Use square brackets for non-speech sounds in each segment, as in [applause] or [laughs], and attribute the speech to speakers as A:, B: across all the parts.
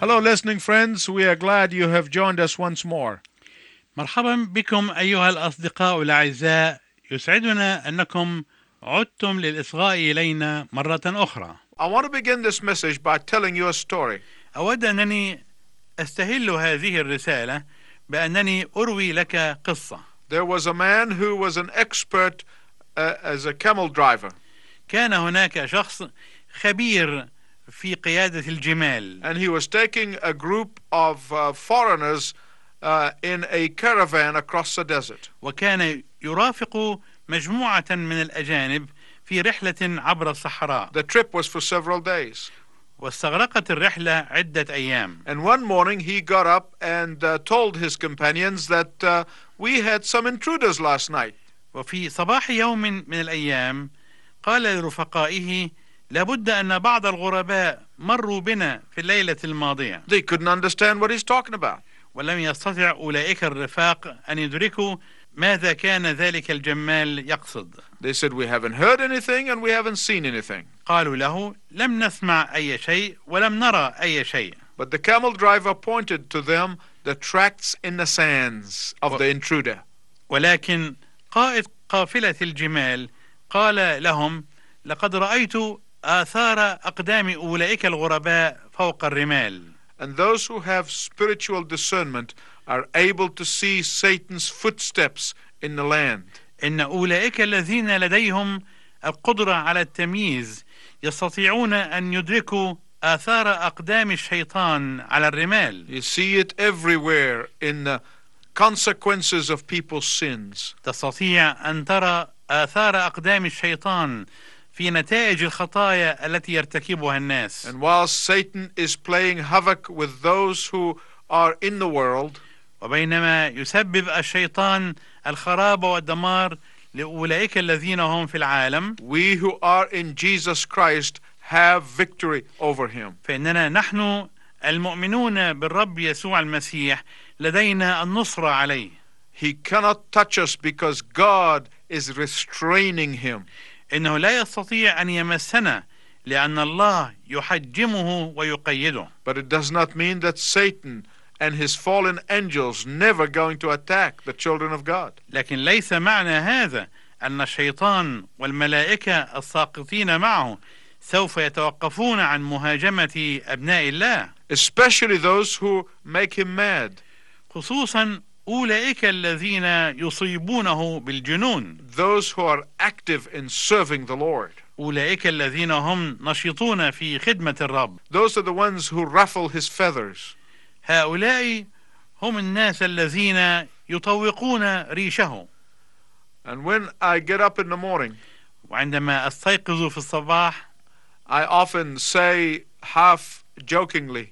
A: Hello, listening friends. We are glad you have joined us once more.
B: مرحبا بكم أيها الأصدقاء الأعزاء يسعدنا أنكم عدتم للإصغاء إلينا مرة أخرى
A: I want to begin this message by telling you a story.
B: أود أنني أستهل هذه الرسالة بأنني أروي لك قصة
A: There was a man who was an expert uh, as a camel driver,
B: كان هناك شخص خبير في قيادة الجمال
A: and he was taking a group of uh, foreigners uh, in a caravan across the desert.
B: وكان يرافق مجموعة من الأجانب في رحلة عبر الصحراء
A: The trip was for several days.
B: واستغرقت الرحلة عدة أيام
A: And one morning he got up and uh, told his companions that uh, we had some intruders last night.
B: وفي صباح يوم من الأيام قال لرفقائه لابد أن بعض الغرباء مروا بنا في الليلة الماضية
A: They couldn't understand what he's talking about.
B: ولم يستطع أولئك الرفاق أن يدركوا ماذا كان ذلك الجمال يقصد
A: They said, We haven't heard anything and we haven't seen anything.
B: قالوا له لم نسمع أي شيء ولم نرى أي شيء
A: But the camel driver pointed to them the tracks in the sands of the intruder.
B: ولكن قائد قافلة الجمال قال لهم لقد رأيت آثار أقدام أولئك الغرباء فوق الرمال
A: And those who have spiritual discernment are able to see Satan's footsteps in the land.
B: إن أولئك الذين لديهم القدرة على التمييز يستطيعون أن يدركوا آثار أقدام الشيطان على الرمال
A: You see it everywhere in the consequences of people's sins.
B: تستطيع أن ترى آثار أقدام الشيطان في نتائج الخطايا التي يرتكبها الناس
A: And while Satan is playing havoc with those who are in the world,
B: وبينما يسبب الشيطان الخراب والدمار لأولئك الذين هم في العالم
A: we who are in Jesus Christ have victory over him.
B: فإننا نحن المؤمنون بالرب يسوع المسيح لدينا النصرة عليه
A: He cannot touch us because God is restraining him.
B: انه لا يستطيع ان يمسنا لان الله يحجمه ويقيده
A: But it does not mean that Satan and his fallen angels never going to attack the children of God.
B: لكن ليس معنى هذا ان الشيطان والملائكه الساقطين معه سوف يتوقفون عن مهاجمه ابناء الله
A: Especially those who make him mad,
B: خصوصا اولئك الذين يصيبونه بالجنون
A: those who are active in serving the Lord.
B: اولئك الذين هم نشيطون في خدمه الرب
A: Those are the ones who ruffle his feathers.
B: هؤلاء هم الناس الذين يطوقون ريشه
A: And when I get up in the morning,
B: وعندما استيقظ في الصباح
A: I often say half jokingly,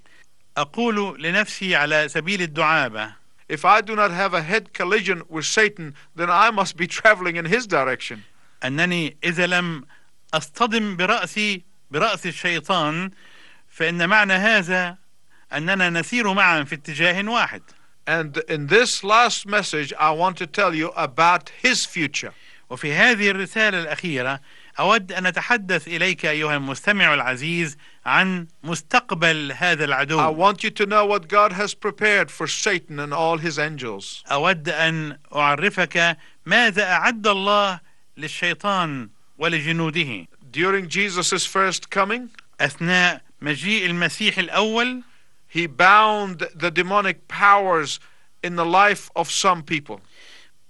B: أقول لنفسي على سبيل الدعابة
A: if I do not have a head collision with Satan, then I must be [laughs] traveling in his direction.
B: أنني إذا لم أصطدم برأسي برأس الشيطان فإن معنى هذا أننا نسير معا في اتجاه واحد
A: And in this last message, I want to tell you about his future.
B: وفي هذه الرسالة الأخيرة أود أن أتحدث إليك أيها المستمع العزيز عن مستقبل هذا
A: I
B: العدو
A: want you to know what God has prepared for Satan and all his angels.
B: أود أن أعرفك ماذا أعد الله للشيطان ولجنوده
A: During Jesus' first coming,
B: أثناء مجيء المسيح الأول
A: he bound the demonic powers in the life of some people.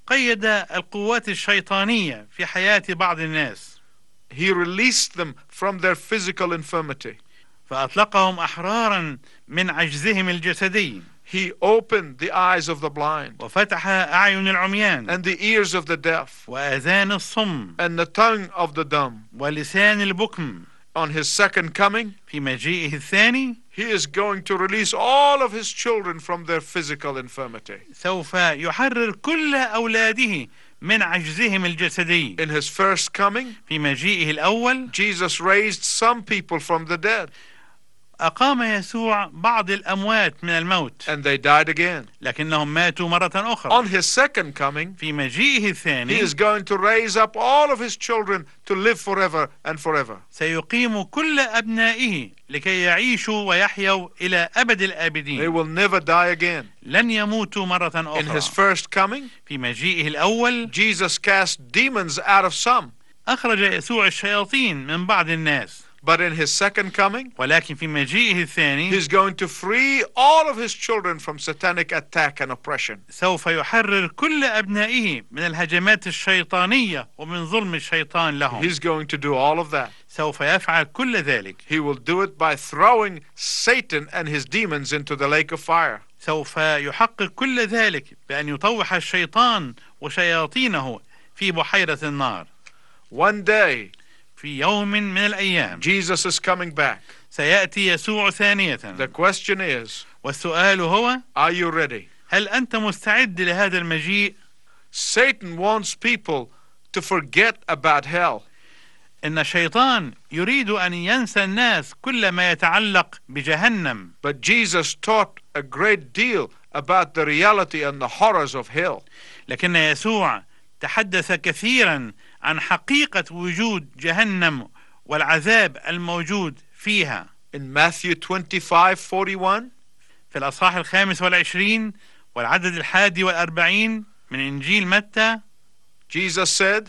B: قيد القوات الشيطانية في حياة بعض الناس
A: He released them from their physical infirmity.
B: فأطلقهم أحرارا من عجزهم الجسدي
A: He opened the eyes of the blind
B: وفتح أعين العميان
A: and the ears of the deaf
B: وأذان الصم
A: and the tongue of the dumb.
B: ولسان البكم
A: On his second coming,
B: في مجيئه الثاني
A: he is going to release all of his children from their physical infirmity.
B: سوف يحرر كل أولاده من عجزهم الجسدي
A: In his first coming,
B: في مجيئه الأول
A: Jesus raised some people from the dead.
B: أقام يسوع بعض الأموات من الموت
A: and they died again.
B: لكنهم ماتوا مرة أخرى
A: On his second coming,
B: في مجيئه
A: he
B: الثاني
A: is going to raise up all of his children to live forever and forever.
B: سيقيم كل أبنائه لكي يعيشوا ويحيوا إلى أبد
A: They
B: الآبدين
A: will never die again.
B: لن يموتوا مرة
A: In
B: أخرى
A: his first coming,
B: في مجيئه الأول
A: Jesus cast demons out of some,
B: أخرج يسوع الشياطين من بعض الناس
A: but in his second coming,
B: ولكن في مجيئه الثاني
A: he's going to free all of his children from satanic attack and oppression.
B: سوف يحرر كل أبنائه من الهجمات الشيطانية ومن ظلم الشيطان لهم
A: He's going to do all of that.
B: سوف يفعل كل ذلك
A: He will do it by throwing Satan and his demons into the lake of fire.
B: سوف يحقق كل ذلك بأن يطوح الشيطان وشياطينه في بحيرة النار
A: One day,
B: في يوم من الأيام
A: Jesus is coming back.
B: سيأتي يسوع ثانية
A: The question is,
B: والسؤال هو
A: are you ready?
B: هل أنت مستعد لهذا المجيء؟
A: Satan wants people to forget about hell.
B: إن الشيطان يريد أن ينسى الناس كل ما يتعلق بجهنم
A: But Jesus taught a great deal about the reality and the horrors of hell.
B: لكن يسوع تحدث كثيرا عن حقيقة وجود جهنم والعذاب الموجود فيها
A: In Matthew 25 41,
B: في الأصحاح الخامس والعشرين والعدد الحادي والأربعين من إنجيل متى
A: Jesus said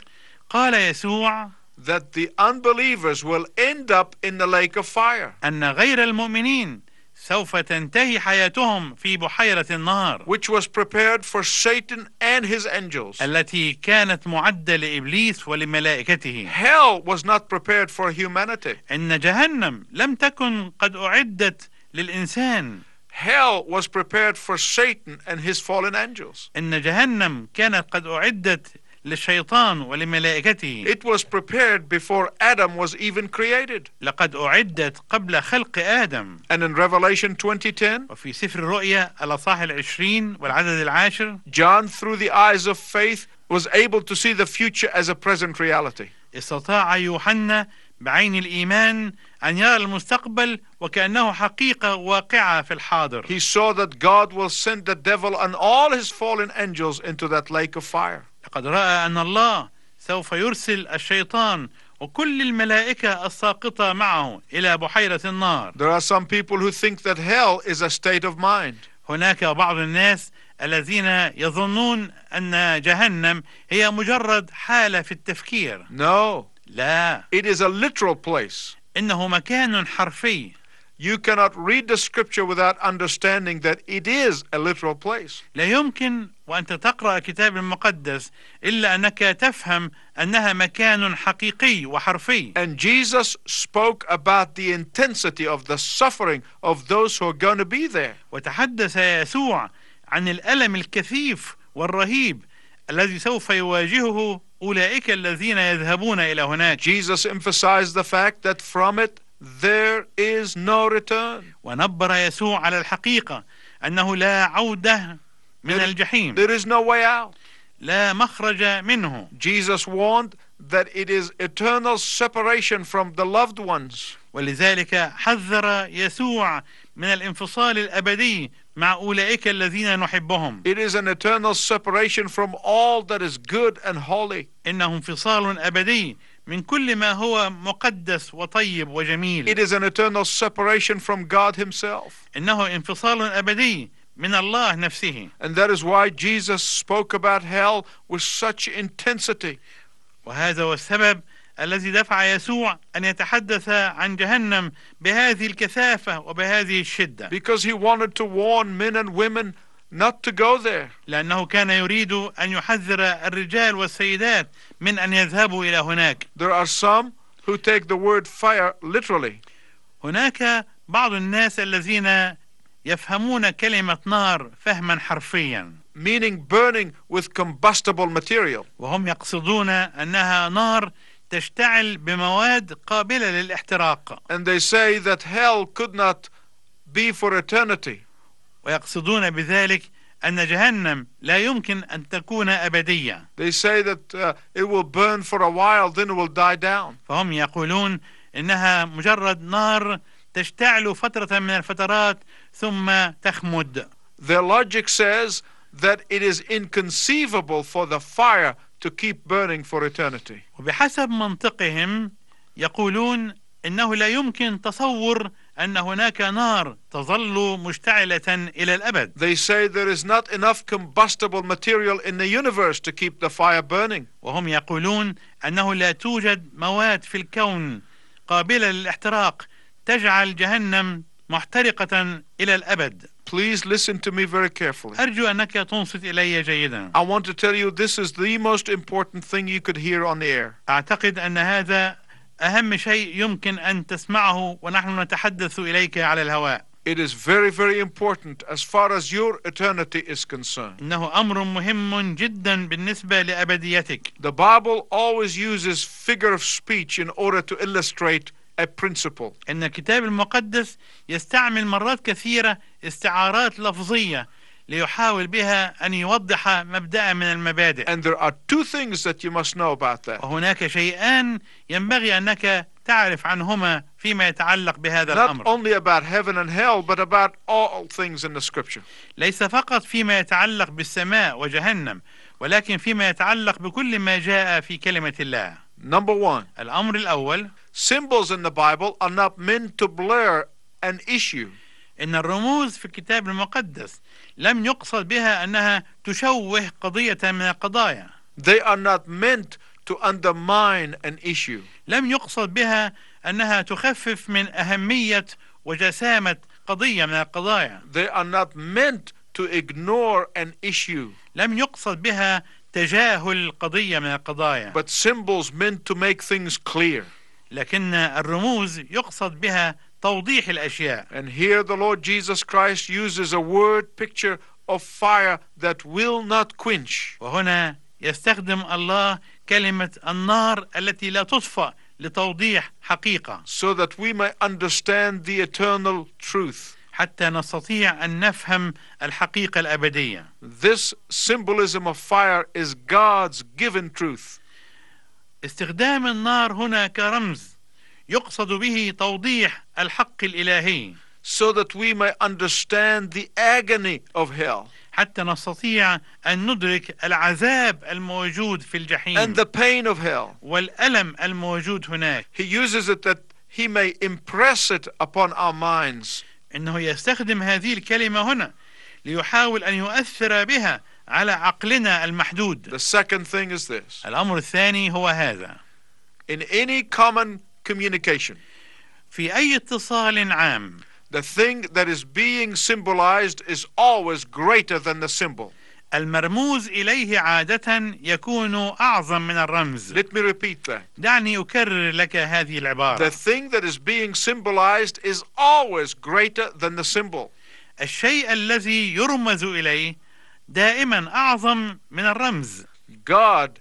B: قال يسوع
A: that the unbelievers will end up in the lake of fire,
B: أن غير المؤمنين سوف تنتهي حياتهم في بحيرة النار
A: which was prepared for Satan and his angels.
B: التي كانت معدة لإبليس ولملائكته
A: Hell was not prepared for humanity.
B: إن جهنم لم تكن قد أعدت للإنسان
A: Hell was prepared for Satan and his fallen angels.
B: إن جهنم كانت قد أعدت للشيطان ولملائكته
A: It was prepared before Adam was even created.
B: لقد أعدت قبل خلق آدم
A: And in Revelation 20:10,
B: وفي سفر الرؤيا الأصحاح العشرين والعدد العاشر
A: John through the eyes of faith was able to see the future as a present reality.
B: استطاع يوحنا بعين الإيمان أن يرى المستقبل وكأنه حقيقة واقعة في الحاضر
A: He saw that God will send the devil and all his fallen angels into that lake of fire.
B: لقد رأى أن الله سوف يرسل الشيطان وكل الملائكة الساقطة معه إلى بحيرة النار
A: There are some people who think that hell is a state of mind.
B: هناك بعض الناس الذين يظنون أن جهنم هي مجرد حالة في التفكير
A: No,
B: لا
A: it is a literal place.
B: إنه مكان حرفي
A: You cannot read the scripture without understanding that it is a literal place.
B: لا يمكن وأنت تقرأ الكتاب المقدس إلا أنك تفهم أنها مكان حقيقي وحرفي
A: And Jesus spoke about the intensity of the suffering of those who are going to be there.
B: وتحدث يسوع عن الألم الكثيف والرهيب الذي سوف يواجهه أولئك الذين يذهبون إلى هناك
A: Jesus emphasized the fact that from it there is no return.
B: ونبر يسوع على الحقيقة أنه لا عودة من
A: There-
B: الجحيم
A: There is no way out.
B: لا مخرج منه
A: Jesus warned that it is eternal separation from the loved ones.
B: ولذلك حذر يسوع من الانفصال الأبدي مع أولئك الذين نحبهم
A: It is an eternal separation from all that is good and holy.
B: إنه انفصال أبدي من كل ما هو مقدس وطيب وجميل
A: It is an eternal separation from God Himself.
B: إنه انفصال أبدي من الله نفسه
A: And that is why Jesus spoke about hell with such intensity.
B: وهذا هو السبب الذي دفع يسوع أن يتحدث عن جهنم بهذه الكثافة وبهذه الشدة
A: because he wanted to warn men and women not to go there.
B: لأنه كان يريد أن يحذر الرجال والسيدات من أن يذهبوا إلى هناك
A: There are some who take the word fire literally.
B: هناك بعض الناس الذين يفهمون كلمة نار فهما حرفيا
A: Meaning burning with combustible material.
B: وهم يقصدون أنها نار تشتعل بمواد قابلة للاحتراق
A: And they say that hell could not be for eternity.
B: ويقصدون بذلك أن جهنم لا يمكن أن تكون أبدية
A: They say that uh, it will burn for a while, then it will die down.
B: فهم يقولون إنها مجرد نار تشتعل فترة من الفترات ثم تخمد
A: Their logic says that it is inconceivable for the fire to keep burning for eternity.
B: وبحسب منطقهم يقولون انه لا يمكن تصور ان هناك نار تظل مشتعله الى الابد
A: They say there is not enough combustible material in the universe to keep the fire burning.
B: وهم يقولون انه لا توجد مواد في الكون قابله للاحتراق تجعل جهنم محترقه الى الابد
A: Please listen to me very carefully.
B: ارجو انك تنصت الي جيدا
A: I want to tell you this is the most important thing you could hear on the air.
B: اعتقد ان هذا اهم شيء يمكن ان تسمعه ونحن نتحدث اليك على الهواء
A: It is very, very important as far as your eternity is concerned.
B: انه امر مهم جدا بالنسبه لابديتك
A: The Bible always uses figure of speech in order to illustrate a principle.
B: ان الكتاب المقدس يستعمل مرات كثيره استعارات لفظيه ليحاول بها ان يوضح مبدا من المبادئ
A: And there are two things that you must know about that.
B: وهناك شيئان ينبغي انك تعرف عنهما فيما يتعلق بهذا
A: Not
B: الامر
A: only about heaven and hell, but about all things in the scripture.
B: ليس فقط فيما يتعلق بالسماء وجهنم ولكن فيما يتعلق بكل ما جاء في كلمه الله
A: Number one,
B: الامر الاول
A: symbols in the Bible are not meant to blur an issue.
B: ان الرموز في الكتاب المقدس لم يقصد بها انها تشوه قضيه من القضايا
A: They are not meant to undermine an issue.
B: لم يقصد بها انها تخفف من اهميه وجسامه قضيه من القضايا،
A: They are not meant to ignore an issue,
B: لم يقصد بها تجاهل قضيه من القضايا،
A: but symbols meant to make things clear.
B: لكن الرموز يقصد بها توضيح الاشياء،
A: And here the Lord Jesus Christ uses a word picture of fire that will not quench.
B: وهنا يستخدم الله كلمه النار التي لا تطفأ لتوضيح حقيقه،
A: so that we may understand the eternal truth.
B: حتى نستطيع ان نفهم الحقيقه الابديه.
A: This symbolism of fire is God's given truth.
B: استخدام النار هنا كرمز يقصد به توضيح الحق الالهي.
A: So that we may understand the agony of hell
B: حتى نستطيع أن ندرك العذاب الموجود في الجحيم
A: and the pain of hell.
B: والألم الموجود هناك
A: He uses it that he may impress it upon our minds.
B: إنه يستخدم هذه الكلمة هنا ليحاول أن يؤثر بها على عقلنا المحدود
A: The second thing is this
B: الأمر الثاني هو هذا
A: in any common communication,
B: في أي اتصال عام
A: the thing that is being symbolized is always greater than the symbol.
B: المرموز إليه عادة يكون أعظم من الرمز
A: Let me repeat that.
B: دعني أكرر لك هذه
A: The
B: العبارة
A: thing that is being symbolized is always greater than the symbol.
B: الشيء الذي يرمز إليه دائما أعظم من الرمز
A: God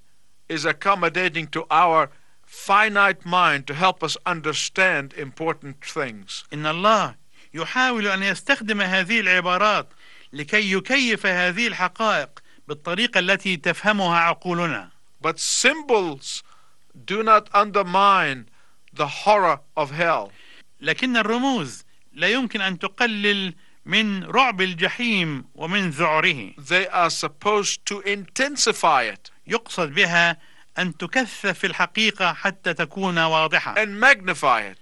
A: is accommodating to our finite mind to help us understand important things.
B: إن الله يحاول أن يستخدم هذه العبارات لكي يكيف هذه الحقائق بالطريقة التي تفهمها عقولنا
A: But symbols do not undermine the horror of hell.
B: لكن الرموز لا يمكن أن تقلل من رعب الجحيم ومن ذعره
A: They are supposed to intensify it
B: يقصد بها أن تكثف الحقيقة حتى تكون واضحة
A: and magnify it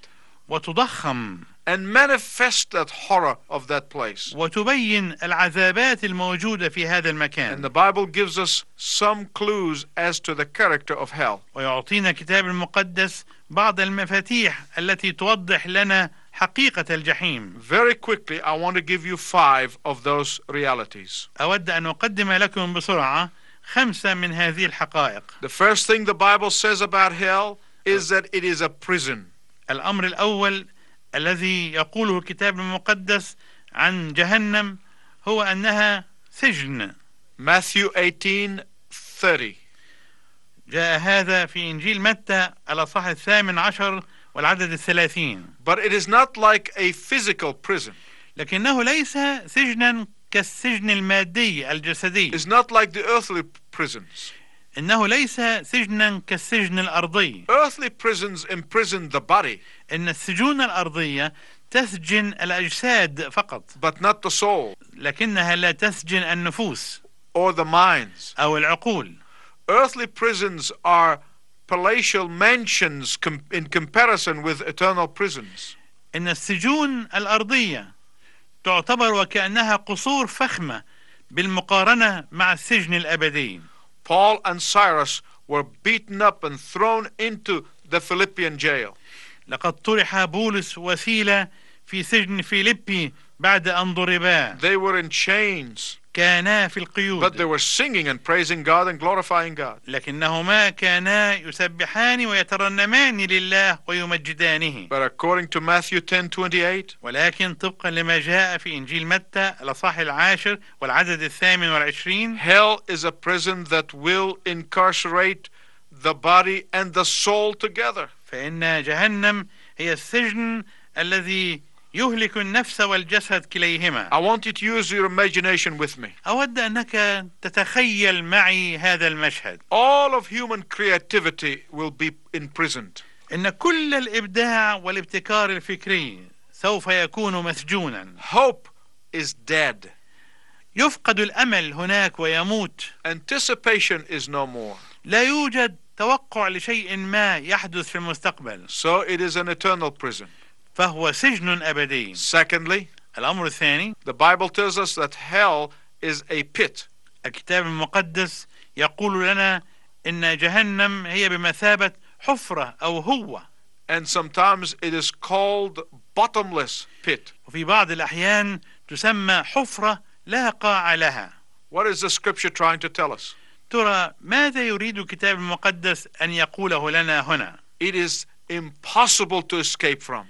B: وتضخم
A: and manifest that horror of that place.
B: وتبين العذابات الموجودة في هذا
A: And
B: المكان
A: the Bible gives us some clues as to the character of hell.
B: ويعطينا الكتاب المقدس بعض المفاتيح التي توضح لنا حقيقة الجحيم
A: Very quickly, I want to give you five of those realities.
B: أود أن أقدم لكم بسرعة خمسة من هذه الحقائق
A: The first thing the Bible says about hell is that it is a prison.
B: الأمر الأول الذي يقوله الكتاب المقدس عن جهنم هو أنها سجن
A: Matthew 18 30.
B: جاء هذا في إنجيل متى الأصحاح الثامن عشر والعدد الثلاثين
A: But it is not like a physical prison,
B: لكنه ليس سجنا كالسجن المادي الجسدي
A: it's not like the earthly prisons.
B: إنه ليس سجنا كالسجن الأرضي
A: Earthly prisons imprison the body,
B: إن السجون الأرضية تسجن الاجساد فقط
A: but not the soul
B: لكنها لا تسجن النفوس
A: or the minds.
B: او العقول
A: Earthly prisons are palatial mansions com- in comparison with eternal prisons.
B: ان السجون الارضيه تعتبر وكانها قصور فخمه بالمقارنه مع السجن الابدي
A: Paul and Cyrus were beaten up and thrown into the Philippian jail.
B: لقد طرح بولس وسيله في سجن فيليبي بعد ان ضربا
A: They were in chains,
B: كانا في
A: but they
B: القيود
A: were singing and praising God and glorifying God.
B: لكنهما كانا يسبحان ويترنمان لله ويمجدانه
A: But according to Matthew 10:28,
B: ولكن طبقا لما جاء في إنجيل متى الأصحاح العاشر والعدد الثامن والعشرين
A: hell is a prison that will incarcerate the body and the soul together.
B: فإن جهنم هي السجن الذي يهلك النفس والجسد كليهما
A: I want you to use your imagination with me.
B: أود أنك تتخيل معي هذا المشهد
A: All of human creativity will be imprisoned.
B: إن كل الإبداع والابتكار الفكري سوف يكون مسجونا
A: Hope is dead.
B: يفقد الأمل هناك ويموت
A: Anticipation is no more.
B: لا يوجد توقع لشيء ما يحدث في المستقبل
A: So it is an eternal prison.
B: فهو سجن أبدي
A: Secondly,
B: الأمر الثاني
A: the Bible tells us that hell is a pit.
B: الكتاب المقدس يقول لنا ان جهنم هي بمثابه حفره او هوه
A: And sometimes it is called bottomless pit.
B: وفي بعض الاحيان تسمى حفره لا قاع لها
A: What is the scripture trying to tell us?
B: ترى ماذا يريد الكتاب المقدس ان يقوله لنا هنا
A: It is impossible to escape from.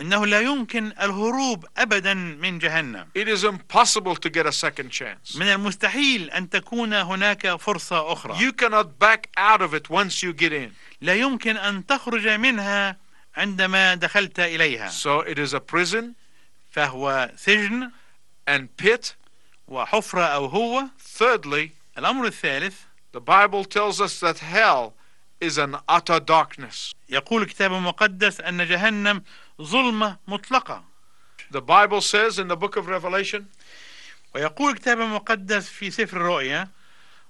B: انه لا يمكن الهروب ابدا من جهنم
A: It is impossible to get a second chance.
B: من المستحيل ان تكون هناك فرصه اخرى
A: You cannot back out of it once you get in.
B: لا يمكن ان تخرج منها عندما دخلت اليها
A: So it is a prison
B: فهو سجن
A: and pit.
B: وحفره او هوه
A: Thirdly,
B: الامر الثالث
A: the Bible tells us that hell is an utter darkness.
B: يقول الكتاب المقدس أن جهنم ظلمة مطلقة
A: The Bible says in the book of Revelation
B: ويقول الكتاب المقدس في سفر الرؤيا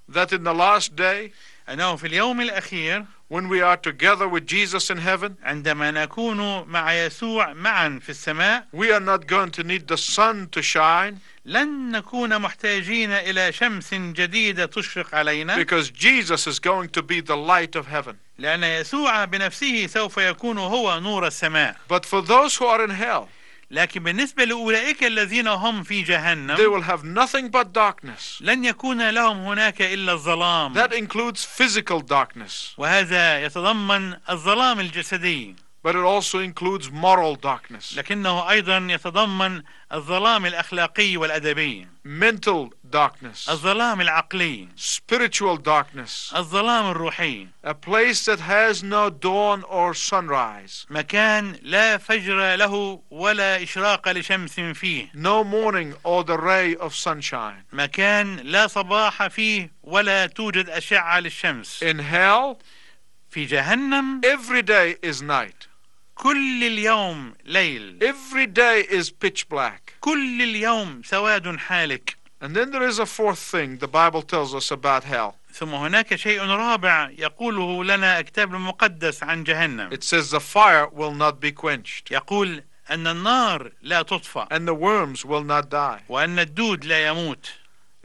A: that in the last day,
B: أنه في اليوم الأخير
A: when we are together with Jesus in heaven,
B: عندما نكون مع يسوع معا في السماء
A: we are not going to need the sun to shine
B: لن نكون محتاجين إلى شمس جديدة تشرق علينا
A: because Jesus is going to be the light of heaven.
B: لأن يسوع بنفسه سوف يكون هو نور السماء
A: But for those who are in hell,
B: لكن بالنسبة لأولئك الذين هم في
A: they
B: جهنم
A: will have nothing but darkness.
B: لن يكون لهم هناك إلا الظلام
A: That includes physical darkness,
B: وهذا يتضمن الظلام الجسدي
A: but it also includes moral darkness,
B: لكنه أيضا يتضمن الظلام الأخلاقي والأدبي
A: mental darkness,
B: الظلام العقلي
A: spiritual darkness,
B: الظلام الروحي
A: a place that has no dawn or sunrise,
B: مكان لا فجر له ولا إشراق لشمس فيه
A: no morning or the ray of sunshine.
B: مكان لا صباح فيه ولا توجد أشعة للشمس
A: In hell,
B: في جهنم
A: every day is night,
B: كل اليوم ليل
A: every day is pitch black.
B: كل اليوم سواد حالك
A: And then there is a fourth thing the Bible tells us about hell.
B: ثم هناك شيء رابع يقوله لنا الكتاب المقدس عن جهنم
A: It says the fire will not be quenched,
B: يقول أن النار لا تطفأ
A: and the worms will not die.
B: وأن الدود لا يموت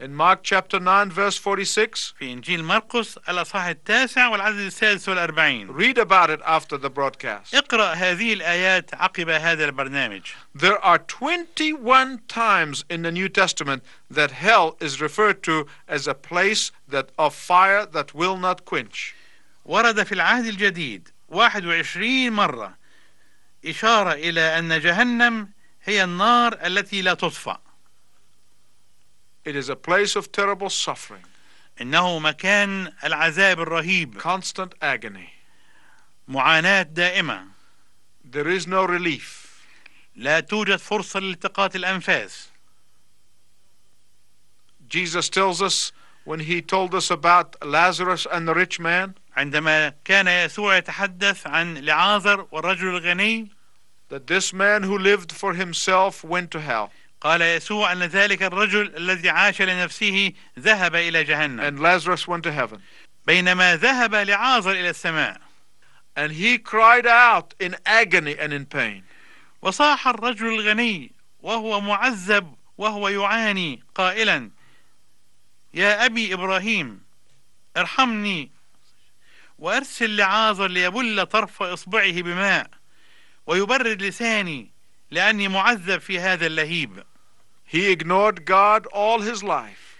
A: In Mark chapter 9, verse 46,
B: في إنجيل مرقس الأصحاح التاسع والعدد السادس والأربعين
A: read about it after the broadcast.
B: اقرأ هذه الآيات عقب هذا البرنامج
A: There are 21 times in the New Testament that hell is referred to as a place that of fire that will not quench.
B: ورد في العهد الجديد 21 مرة إشارة إلى أن جهنم هي النار التي لا تطفأ
A: It is a place of terrible suffering,
B: إنه مكان العذاب الرهيب
A: constant agony.
B: معاناة دائمة
A: There is no relief.
B: لا توجد فرصة لالتقاط الأنفاس
A: Jesus tells us when he told us about Lazarus and the rich man
B: عندما كان يسوع يتحدث عن لعازر والرجل الغني
A: that this man who lived for himself went to hell.
B: قال يسوع أن ذلك الرجل الذي عاش لنفسه ذهب إلى جهنم
A: And Lazarus went to heaven.
B: بينما ذهب لعازر إلى السماء
A: And he cried out in agony and in pain.
B: وصاح الرجل الغني وهو معذب وهو يعاني قائلا يا أبي إبراهيم ارحمني وأرسل لعازر ليبل طرف إصبعه بماء ويبرد لساني لأني معذب في هذا اللهيب
A: He ignored God all his life.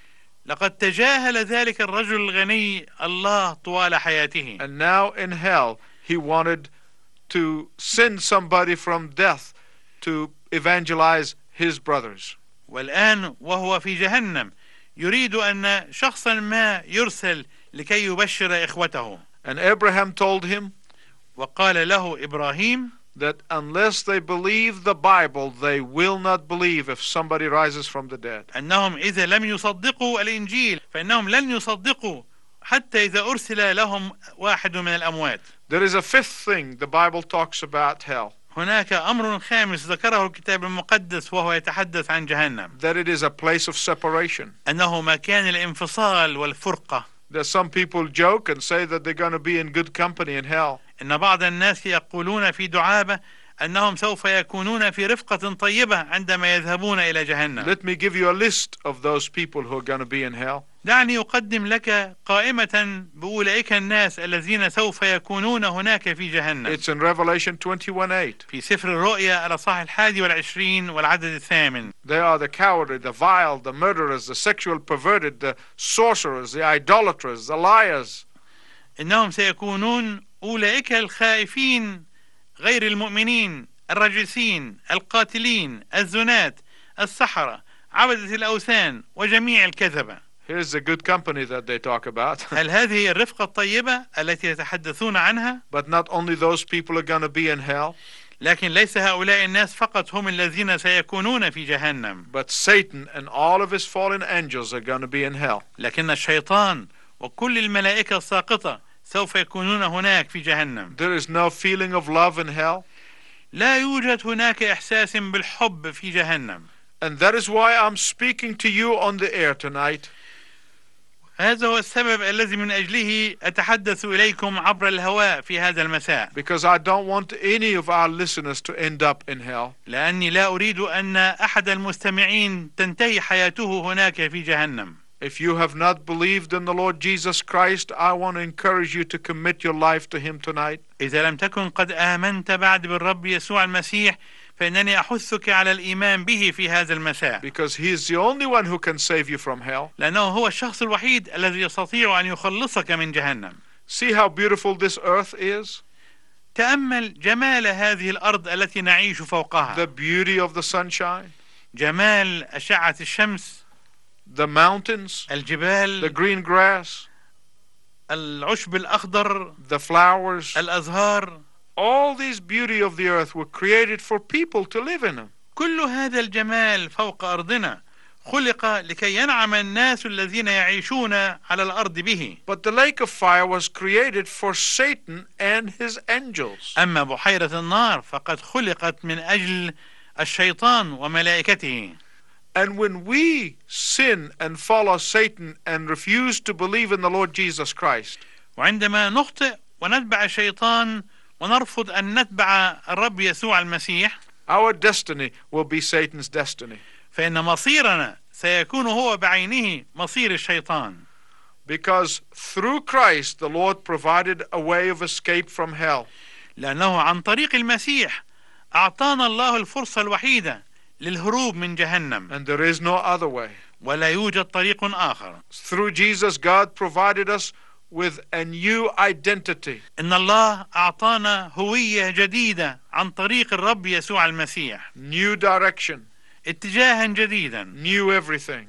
B: لقد تجاهل ذلك الرجل الغني الله طوال حياته
A: And now in hell, he wanted to send somebody from death to evangelize his brothers.
B: والآن وهو في جهنم يريد أن شخصا ما يرسل لكي يبشر إخوته
A: And Abraham told him
B: وقال له إبراهيم
A: that unless they believe the Bible, they will not believe if somebody rises from the dead.
B: أنهم إذا لم يصدقوا الإنجيل فإنهم لن يصدقوا حتى إذا أرسل لهم واحد من الأموات
A: There is a fifth thing the Bible talks about hell
B: هناك أمر خامس ذكره الكتاب المقدس وهو يتحدث عن جهنم
A: that it is a place of separation.
B: أنه مكان الانفصال والفرقة
A: There's some people joke and say that they're going to be in good company in hell.
B: إن بعض الناس يقولون في دعابة أنهم سوف يكونون في رفقة طيبة عندما يذهبون إلى جهنم
A: Let me give you a list of those people who are going to be in hell.
B: دعني أقدم لك قائمة بأولئك الناس الذين سوف يكونون هناك في جهنم
A: It's in Revelation 21:8.
B: في سفر الرؤيا الأصحاح الحادي والعشرين والعدد الثامن
A: They are the cowardly, the vile, the murderers, the sexual perverted, the sorcerers, the idolaters, the liars.
B: إنهم سيكونون أولئك الخائفين غير المؤمنين الرجسين القاتلين الزناة السحرة عبدة الأوثان وجميع الكذبة
A: Here's the good company that they talk about. [laughs]
B: هل هذه الرفقة الطيبة التي يتحدثون عنها؟
A: but not only those people are going to be in hell,
B: لكن ليس هؤلاء الناس فقط هم الذين سيكونون في جهنم،
A: but Satan and all of his fallen angels are going to be in hell.
B: لكن الشيطان وكل الملائكة الساقطة سوف يكونون هناك في جهنم.
A: There is no feeling of love in hell.
B: لا يوجد هناك إحساس بالحب في جهنم.
A: And that is why I'm speaking to you on the air tonight.
B: هذا هو السبب الذي من أجله أتحدث إليكم عبر الهواء في هذا المساء،
A: because I don't want any of our listeners to end up in hell.
B: لأني لا أريد أن أحد المستمعين تنتهي حياته هناك في جهنم.
A: If you have not believed in the Lord Jesus Christ, I want to encourage you to commit your life to Him tonight.
B: إذا لم تكن قد آمنت بعد بالرب يسوع المسيح فإنني أحثك على الإيمان به في هذا المساء
A: because He is the only one who can save you from hell.
B: لأنه هو الشخص الوحيد الذي يستطيع أن يخلصك من جهنم
A: See how beautiful this earth is?
B: تأمل جمال هذه الأرض التي نعيش فوقها
A: The beauty of the sunshine,
B: جمال أشعة الشمس
A: the mountains, the
B: الجبال
A: green grass,
B: العشب الأخضر
A: the flowers.
B: الأزهار
A: All these beauty of the earth were created for people to live in them.
B: كل هذا الجمال فوق أرضنا خلق لكي ينعم الناس الذين يعيشون على الأرض به
A: But the lake of fire was created for Satan and his angels.
B: أما بحيرة النار فقد خلقت من أجل الشيطان وملائكته
A: And when we sin and follow Satan and refuse to believe in the Lord Jesus Christ,
B: وعندما نخطئ ونتبع الشيطان ونرفض أن نتبع الرب يسوع المسيح
A: our destiny will be Satan's destiny.
B: فإن مصيرنا سيكون هو بعينه مصير الشيطان
A: Because through Christ, the Lord provided a way of escape from hell.
B: لأنه عن طريق المسيح أعطانا الله الفرصة الوحيدة للهروب من جهنم
A: And there is no other way.
B: ولا يوجد طريق آخر
A: Through Jesus, God provided us with a new identity.
B: إن الله أعطانا هوية جديدة عن طريق الرب يسوع المسيح
A: new direction,
B: اتجاها جديدا
A: new everything.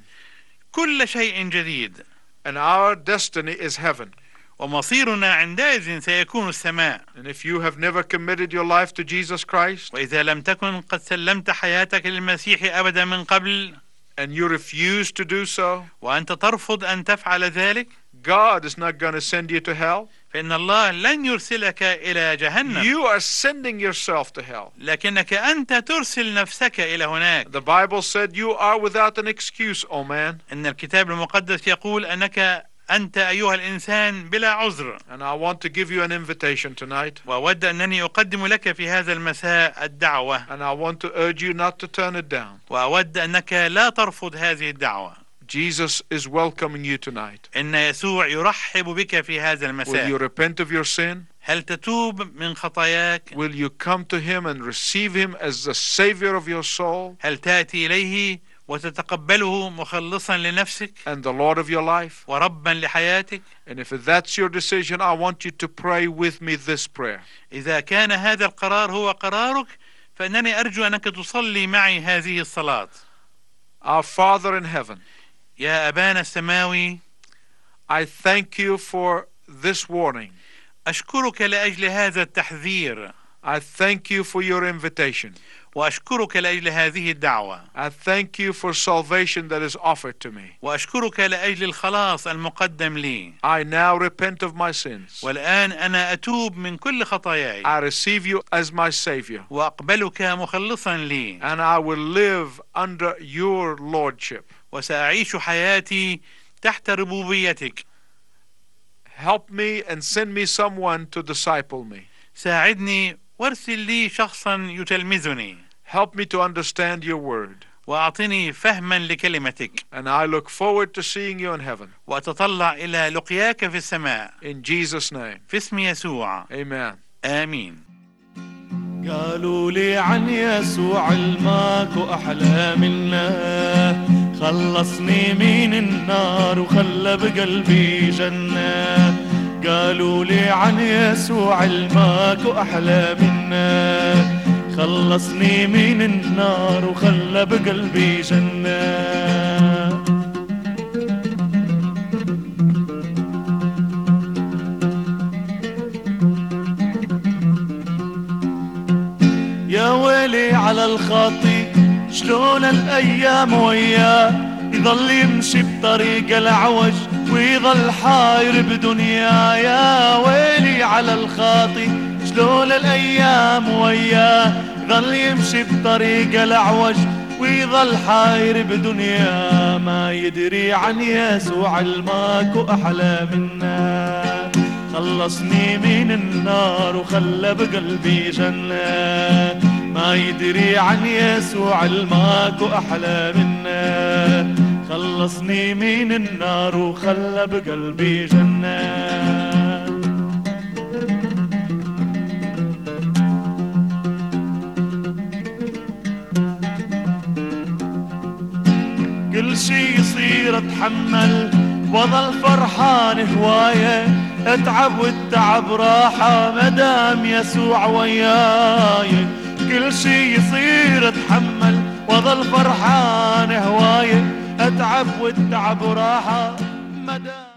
B: كل شيء جديد
A: And our destiny is heaven.
B: ومصيرنا عندئذ سيكون السماء
A: And if you have never committed your life to Jesus Christ
B: وإذا لم تكن قد سلمت حياتك للمسيح أبدا من قبل
A: and you refuse to do so,
B: وأنت ترفض أن تفعل ذلك
A: God is not going to send you to hell.
B: فإن الله لن يرسلك إلى جهنم
A: You are sending yourself to hell.
B: لكنك أنت ترسل نفسك إلى هناك
A: The Bible said, You are without an excuse, O man.
B: إن الكتاب المقدس يقول أنك أنت أيها الإنسان بلا عذر
A: And I want to give you an invitation tonight.
B: وأود أنني أقدم لك في هذا المساء الدعوة
A: And I want to urge you not to turn it down.
B: وأود أنك لا ترفض هذه الدعوة
A: Jesus is welcoming you tonight.
B: إن يسوع يرحب بك في هذا
A: Will you
B: المساء
A: repent of your sin?
B: هل تتوب من خطاياك
A: Will you come to Him and receive Him as the Savior of your soul
B: هل تأتي إليه وتتقبله مخلصا لنفسك
A: and the Lord of your life?
B: وربا لحياتك
A: And if that's your decision, I want you to pray with me this prayer.
B: إذا كان هذا القرار هو قرارك فإنني أرجو أنك تصلي معي هذه الصلاة
A: Our Father in heaven,
B: يا أبانا السماوي
A: I thank you for this warning.
B: أشكرك لأجل هذا التحذير
A: I thank you for your invitation.
B: وأشكرك لأجل هذه الدعوة
A: I thank you for salvation that is offered to me.
B: وأشكرك لأجل الخلاص المقدم لي
A: I now repent of my sins.
B: والآن أنا أتوب من كل خطاياي
A: I receive you as my Savior,
B: وأقبلك مخلصا لي
A: and I will live under your Lordship.
B: وسأعيش حياتي تحت ربوبيتك
A: Help me and send me someone to disciple me.
B: ساعدني وارسل لي شخصا يتلمذني
A: Help me to understand your word.
B: وأعطني فهما لكلمتك
A: And I look forward to seeing you in heaven.
B: وأتطلع إلى لقياك في السماء
A: In Jesus' name.
B: في اسم يسوع
A: Amen.
B: آمين
C: قالوا لي عن يسوع الماكو أحلى منه خلصني من النار وخلى بقلبي جنة قالوا لي عن يسوع الماكو أحلى منه خلصني من النار وخلى بقلبي جنة يا ويلي على الخاطي شلون الايام وياه يضل يمشي بطريق العوج ويضل حاير بدنيا يا ويلي على الخاطي شلون الايام وياه يضل يمشي بطريق العوج ويضل حاير بدنيا ما يدري عن يسوع الماكو احلى منه خلصني من النار وخلى بقلبي جنة ما يدري عن يسوع الماكو أحلى منه خلصني من النار وخلى بقلبي جنة كل شي يصير اتحمل وظل فرحان هواية اتعب والتعب راحة مدام يسوع وياي كل شي يصير اتحمل وظل فرحان هواية اتعب والتعب راحة مدام